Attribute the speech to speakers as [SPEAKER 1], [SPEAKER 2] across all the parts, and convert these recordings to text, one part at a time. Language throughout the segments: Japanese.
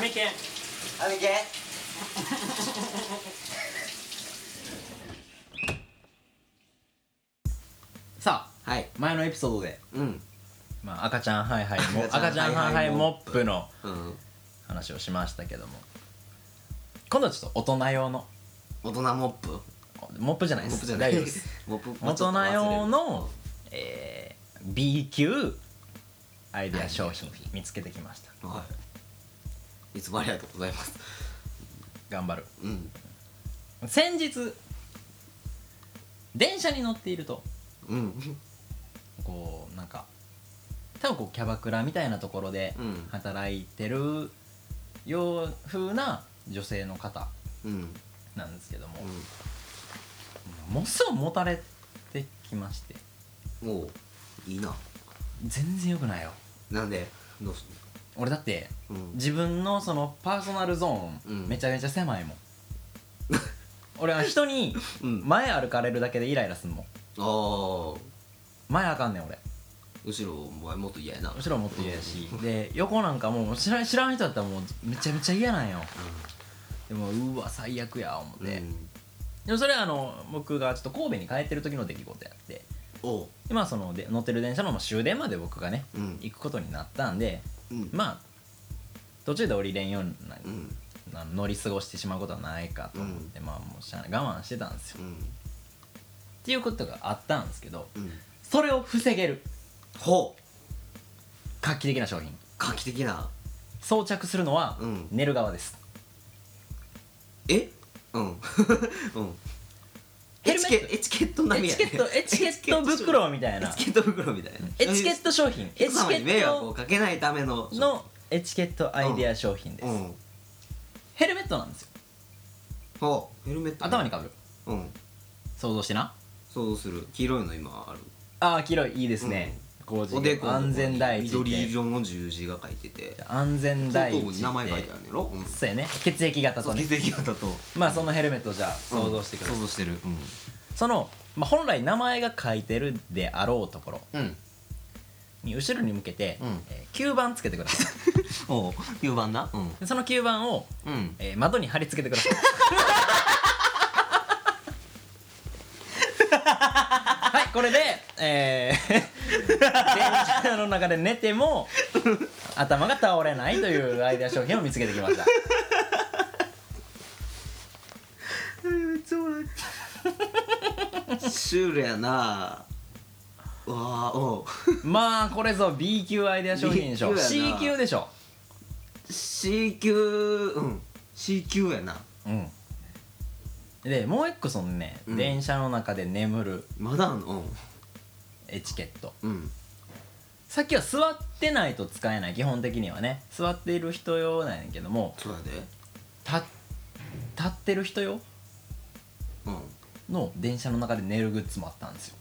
[SPEAKER 1] メ犬
[SPEAKER 2] あめけ
[SPEAKER 3] さあ
[SPEAKER 2] はい
[SPEAKER 3] 前のエピソードで、
[SPEAKER 2] うん
[SPEAKER 3] まあ、赤ちゃんハイハイも
[SPEAKER 2] 赤
[SPEAKER 3] 赤
[SPEAKER 2] ち
[SPEAKER 3] ち
[SPEAKER 2] ゃ
[SPEAKER 3] ゃ
[SPEAKER 2] ん
[SPEAKER 3] ん
[SPEAKER 2] ハ
[SPEAKER 3] ハ
[SPEAKER 2] イ
[SPEAKER 3] イ
[SPEAKER 2] ハ
[SPEAKER 3] ハ
[SPEAKER 2] イ
[SPEAKER 3] イ
[SPEAKER 2] モ
[SPEAKER 3] モップの
[SPEAKER 2] うん
[SPEAKER 3] 話をしましたけども今度はちょっと大人用の
[SPEAKER 2] 大人モップモ
[SPEAKER 3] モップじゃないで
[SPEAKER 2] ップ
[SPEAKER 3] す
[SPEAKER 2] じゃない
[SPEAKER 3] 大丈夫です
[SPEAKER 2] モップ
[SPEAKER 3] 大人用
[SPEAKER 2] の
[SPEAKER 3] の、えー B 級アイデア商品見つけてきました
[SPEAKER 2] はいいつもありがとうございます
[SPEAKER 3] 頑張る
[SPEAKER 2] うん
[SPEAKER 3] 先日電車に乗っていると
[SPEAKER 2] うん
[SPEAKER 3] こうなんか多分こうキャバクラみたいなところで
[SPEAKER 2] うん
[SPEAKER 3] 働いてるよう風な女性の方
[SPEAKER 2] うん
[SPEAKER 3] なんですけども、ものすごいもたれてきまして
[SPEAKER 2] うんおういいな
[SPEAKER 3] 全然よくないよ
[SPEAKER 2] なんでどうす
[SPEAKER 3] 俺だって
[SPEAKER 2] んのうん
[SPEAKER 3] 自分のそのパーソナルゾー
[SPEAKER 2] うん
[SPEAKER 3] ンめちゃめちゃ狭い もん、俺は人に
[SPEAKER 2] うん
[SPEAKER 3] 前歩かれるだけでイライラすんもん
[SPEAKER 2] ああ
[SPEAKER 3] 前あかんねん俺
[SPEAKER 2] 後ろお前もっと嫌やな
[SPEAKER 3] 後ろもっと嫌やしで横なんかもう知らん知らん人だったらもうめちゃめちゃ嫌なんよでもうわ最悪や思っ
[SPEAKER 2] うん
[SPEAKER 3] て、でもそれはあの僕がちょっと神戸に帰ってる時の出来事やって
[SPEAKER 2] おう
[SPEAKER 3] でまあそので乗ってる電車のまあ終電まで僕がね
[SPEAKER 2] うん
[SPEAKER 3] 行くことになったんで
[SPEAKER 2] うん
[SPEAKER 3] まあ途中で降りれんような
[SPEAKER 2] うん
[SPEAKER 3] な乗り過ごしてしまうことはないかと思って、まあもうしゃあない我慢してたんですよ
[SPEAKER 2] う、ん
[SPEAKER 3] っていうことがあったんですけど
[SPEAKER 2] うん
[SPEAKER 3] それを防げる
[SPEAKER 2] ほう
[SPEAKER 3] 画期的な商品
[SPEAKER 2] 画期的な
[SPEAKER 3] 装着するのは
[SPEAKER 2] うん
[SPEAKER 3] 寝る側です、
[SPEAKER 2] えうん うん
[SPEAKER 3] ヘ
[SPEAKER 2] エ
[SPEAKER 3] ルメ
[SPEAKER 2] チ
[SPEAKER 3] ッ
[SPEAKER 2] ケ
[SPEAKER 3] ト
[SPEAKER 2] エチケット並み
[SPEAKER 3] エ
[SPEAKER 2] や
[SPEAKER 3] チ
[SPEAKER 2] ね
[SPEAKER 3] ケットエチケット袋みたい
[SPEAKER 2] エ
[SPEAKER 3] な
[SPEAKER 2] チケット袋みたいな
[SPEAKER 3] エチケット商品エ
[SPEAKER 2] 人
[SPEAKER 3] チ
[SPEAKER 2] 様
[SPEAKER 3] ケ
[SPEAKER 2] に迷
[SPEAKER 3] ッ
[SPEAKER 2] 惑を
[SPEAKER 3] ト
[SPEAKER 2] かけないための
[SPEAKER 3] のエチケットアイデア商品です、
[SPEAKER 2] うん
[SPEAKER 3] ヘルメットなんですよ
[SPEAKER 2] ほうヘルメット
[SPEAKER 3] 頭にかぶる
[SPEAKER 2] うん
[SPEAKER 3] 想像してな
[SPEAKER 2] 想像する黄色いの今ある
[SPEAKER 3] ああ黄色いいいですね、工事
[SPEAKER 2] おでこのとこに
[SPEAKER 3] 安全第一って
[SPEAKER 2] 緑色の十字が書いてて
[SPEAKER 3] 安全
[SPEAKER 2] その
[SPEAKER 3] 第
[SPEAKER 2] と
[SPEAKER 3] 一
[SPEAKER 2] こ
[SPEAKER 3] って
[SPEAKER 2] に名前書いてあるんやろうん
[SPEAKER 3] そうやね血液型
[SPEAKER 2] そ
[SPEAKER 3] と
[SPEAKER 2] う
[SPEAKER 3] ね
[SPEAKER 2] 血液型と
[SPEAKER 3] まあそのヘルメットじゃあ想像してください、
[SPEAKER 2] 想像してる
[SPEAKER 3] その、まあ、本来名前が書いてるであろうところ
[SPEAKER 2] うんうん
[SPEAKER 3] に後ろに向けて、
[SPEAKER 2] うん
[SPEAKER 3] えー吸盤つけてください
[SPEAKER 2] おう9番なうん
[SPEAKER 3] でその吸盤を、
[SPEAKER 2] うん
[SPEAKER 3] えー窓に貼り付けてくだ さいはいこれで、えー電車の中で寝ても頭が倒れないというアイデア商品を見つけてきました
[SPEAKER 2] めっちゃ笑いシュールやなうわあおう
[SPEAKER 3] まあこれぞ B 級アイデア商品でしょ
[SPEAKER 2] B 級や
[SPEAKER 3] C
[SPEAKER 2] な
[SPEAKER 3] 級でしょ
[SPEAKER 2] C 級うん C 級やな
[SPEAKER 3] うんでもう一個そのね、
[SPEAKER 2] うん
[SPEAKER 3] 電車の中で眠る
[SPEAKER 2] まだあんの
[SPEAKER 3] エチケット
[SPEAKER 2] うんうん
[SPEAKER 3] さっきは座ってないと使えない基本的にはね座っている人用なんやけども
[SPEAKER 2] そうやで
[SPEAKER 3] た立ってる人用
[SPEAKER 2] うん
[SPEAKER 3] の電車の中で寝るグッズもあったんですよ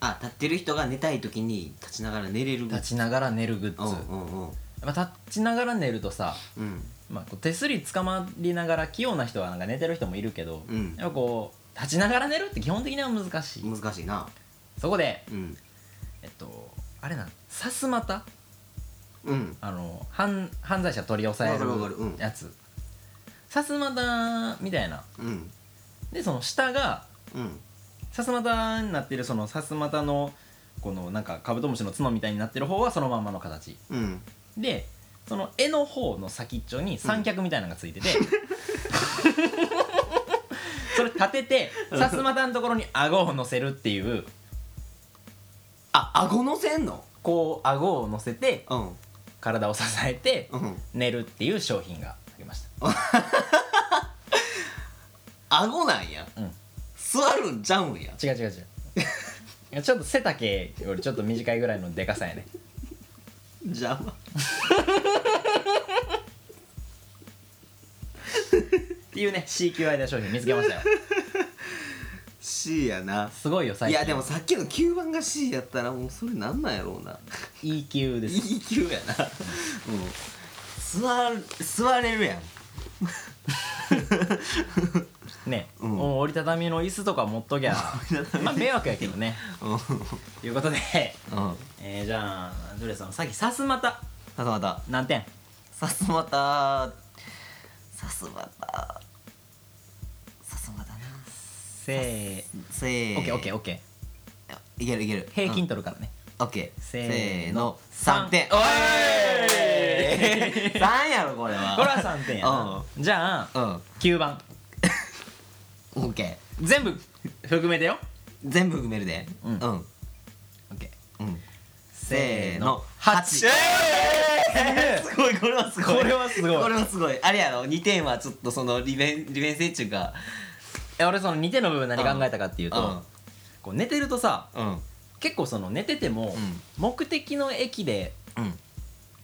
[SPEAKER 2] あ立ってる人が寝たい時に立ちながら寝れる
[SPEAKER 3] 立ちながら寝るグッズ、
[SPEAKER 2] うんうんうん
[SPEAKER 3] まあ、立ちながら寝るとさ、
[SPEAKER 2] うん
[SPEAKER 3] まあ、こう手すりつかまりながら器用な人はなんか寝てる人もいるけど、
[SPEAKER 2] うん
[SPEAKER 3] やっぱこう立ちながら寝るって基本的には難しい、
[SPEAKER 2] 難しいな
[SPEAKER 3] そこで
[SPEAKER 2] うん
[SPEAKER 3] えっとあれなんさすまた
[SPEAKER 2] うん
[SPEAKER 3] あの犯犯罪者取り押さえ
[SPEAKER 2] わかるわかるうん
[SPEAKER 3] るやつさすまたみたいな
[SPEAKER 2] うん
[SPEAKER 3] でその下が
[SPEAKER 2] うん
[SPEAKER 3] さすまたになってるそのさすまたのこのなんかカブトムシの角みたいになってる方はそのまんまの形
[SPEAKER 2] うん
[SPEAKER 3] でその絵の方の先っちょに三脚みたいなのがついて て、それ立ててさすまたのところに顎を乗せるっていう
[SPEAKER 2] あ顎乗せんの
[SPEAKER 3] こう顎を乗せて
[SPEAKER 2] うん
[SPEAKER 3] 体を支えて
[SPEAKER 2] うん
[SPEAKER 3] 寝るっていう商品がありました
[SPEAKER 2] 顎なんや
[SPEAKER 3] うん
[SPEAKER 2] 座るんちゃうんや
[SPEAKER 3] 違う違う違ういやちょっと背丈よりちょっと短いぐらいのでかさやね
[SPEAKER 2] 邪魔
[SPEAKER 3] っていうね C 級アイデア商品見つけましたよ
[SPEAKER 2] C やな
[SPEAKER 3] すごいよ最
[SPEAKER 2] い
[SPEAKER 3] 近
[SPEAKER 2] やでもさっきの9番が C やったらもうそれなんなんやろうな
[SPEAKER 3] E 級です
[SPEAKER 2] E 級やな うん座る座れるやん
[SPEAKER 3] ね、
[SPEAKER 2] うん
[SPEAKER 3] もう折りたたみの椅子とか持っと きゃまあ迷惑やけどね
[SPEAKER 2] うんうん
[SPEAKER 3] ということで、
[SPEAKER 2] さ
[SPEAKER 3] えー、じゃあジョレさんさっきさすまた
[SPEAKER 2] すまた
[SPEAKER 3] 何点
[SPEAKER 2] さすまたすがださすがだな
[SPEAKER 3] せ
[SPEAKER 2] せー
[SPEAKER 3] ーオッケーオッケーオッケ
[SPEAKER 2] いけるいける
[SPEAKER 3] ー平均
[SPEAKER 2] と、
[SPEAKER 3] 取るからね、
[SPEAKER 2] うんオッケー
[SPEAKER 3] せ
[SPEAKER 2] せ
[SPEAKER 3] ー
[SPEAKER 2] ー
[SPEAKER 3] の
[SPEAKER 2] の3点
[SPEAKER 3] お
[SPEAKER 2] お
[SPEAKER 3] い
[SPEAKER 2] い3やろこれは
[SPEAKER 3] これは3点やなじゃあ
[SPEAKER 2] は
[SPEAKER 3] 9番
[SPEAKER 2] うんオッケ
[SPEAKER 3] 全部含めてよ
[SPEAKER 2] ー全部含めるで
[SPEAKER 3] うん
[SPEAKER 2] うんうん、
[SPEAKER 3] オッケー
[SPEAKER 2] せーの
[SPEAKER 3] 8
[SPEAKER 2] 8すごいこれはすご い
[SPEAKER 3] これはすごい
[SPEAKER 2] これはすごいあれやろ2点はちょっとその利便利便性っちゅうか
[SPEAKER 3] え俺その2点の部分何考えたかっていうと、
[SPEAKER 2] うん
[SPEAKER 3] こう寝てるとさ
[SPEAKER 2] うんうん
[SPEAKER 3] 結構その寝てても、
[SPEAKER 2] うん
[SPEAKER 3] 目的の駅で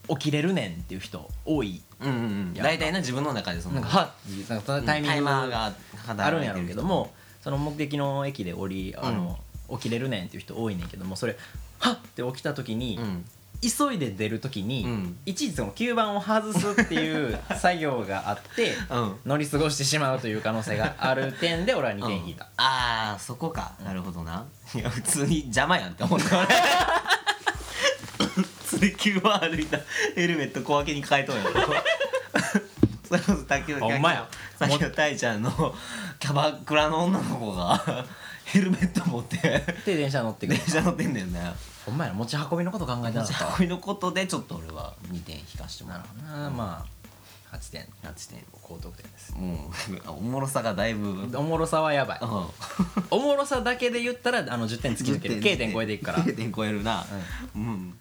[SPEAKER 3] 起きれるねんっていう人多い
[SPEAKER 2] うんうんうん
[SPEAKER 3] やっぱ
[SPEAKER 2] 大体な自分の中でその
[SPEAKER 3] なんかはっなんかそのタイミン
[SPEAKER 2] タイ
[SPEAKER 3] グ
[SPEAKER 2] マー
[SPEAKER 3] が
[SPEAKER 2] が
[SPEAKER 3] あるんやろうけどもその目的の駅で降りあの、起きれるねんっていう人多いねんけどもそれはっって起きた時に、
[SPEAKER 2] うん
[SPEAKER 3] 急いで出る時に、
[SPEAKER 2] うん
[SPEAKER 3] いちいちその吸盤を外すって いう作業があって
[SPEAKER 2] うん
[SPEAKER 3] 乗り過ごしてしまうという可能性がある点で俺は2点引いた、
[SPEAKER 2] ああそこかなるほどないや普通に邪魔やんって思った俺普通に急は歩いたヘルメット小分けに変えとんやろそれこそ滝
[SPEAKER 3] ほんまや
[SPEAKER 2] の滝のたいちゃんのキャバクラの女の子がヘルメット持って
[SPEAKER 3] で電車乗ってく
[SPEAKER 2] 電
[SPEAKER 3] る
[SPEAKER 2] 車乗ってんだよね
[SPEAKER 3] ほんまやな持ち運びのこと考えてなかった
[SPEAKER 2] こういうのことでちょっと俺は2点引かしても
[SPEAKER 3] な
[SPEAKER 2] ら
[SPEAKER 3] る
[SPEAKER 2] う
[SPEAKER 3] ほどな、まあ8点
[SPEAKER 2] 8点
[SPEAKER 3] 高得点です
[SPEAKER 2] もうおもろさがだいぶうん
[SPEAKER 3] おもろさはやばいおもろさだけで言ったらあの10点突き抜ける
[SPEAKER 2] 10
[SPEAKER 3] K 点超えていくから
[SPEAKER 2] 10点超えるなうん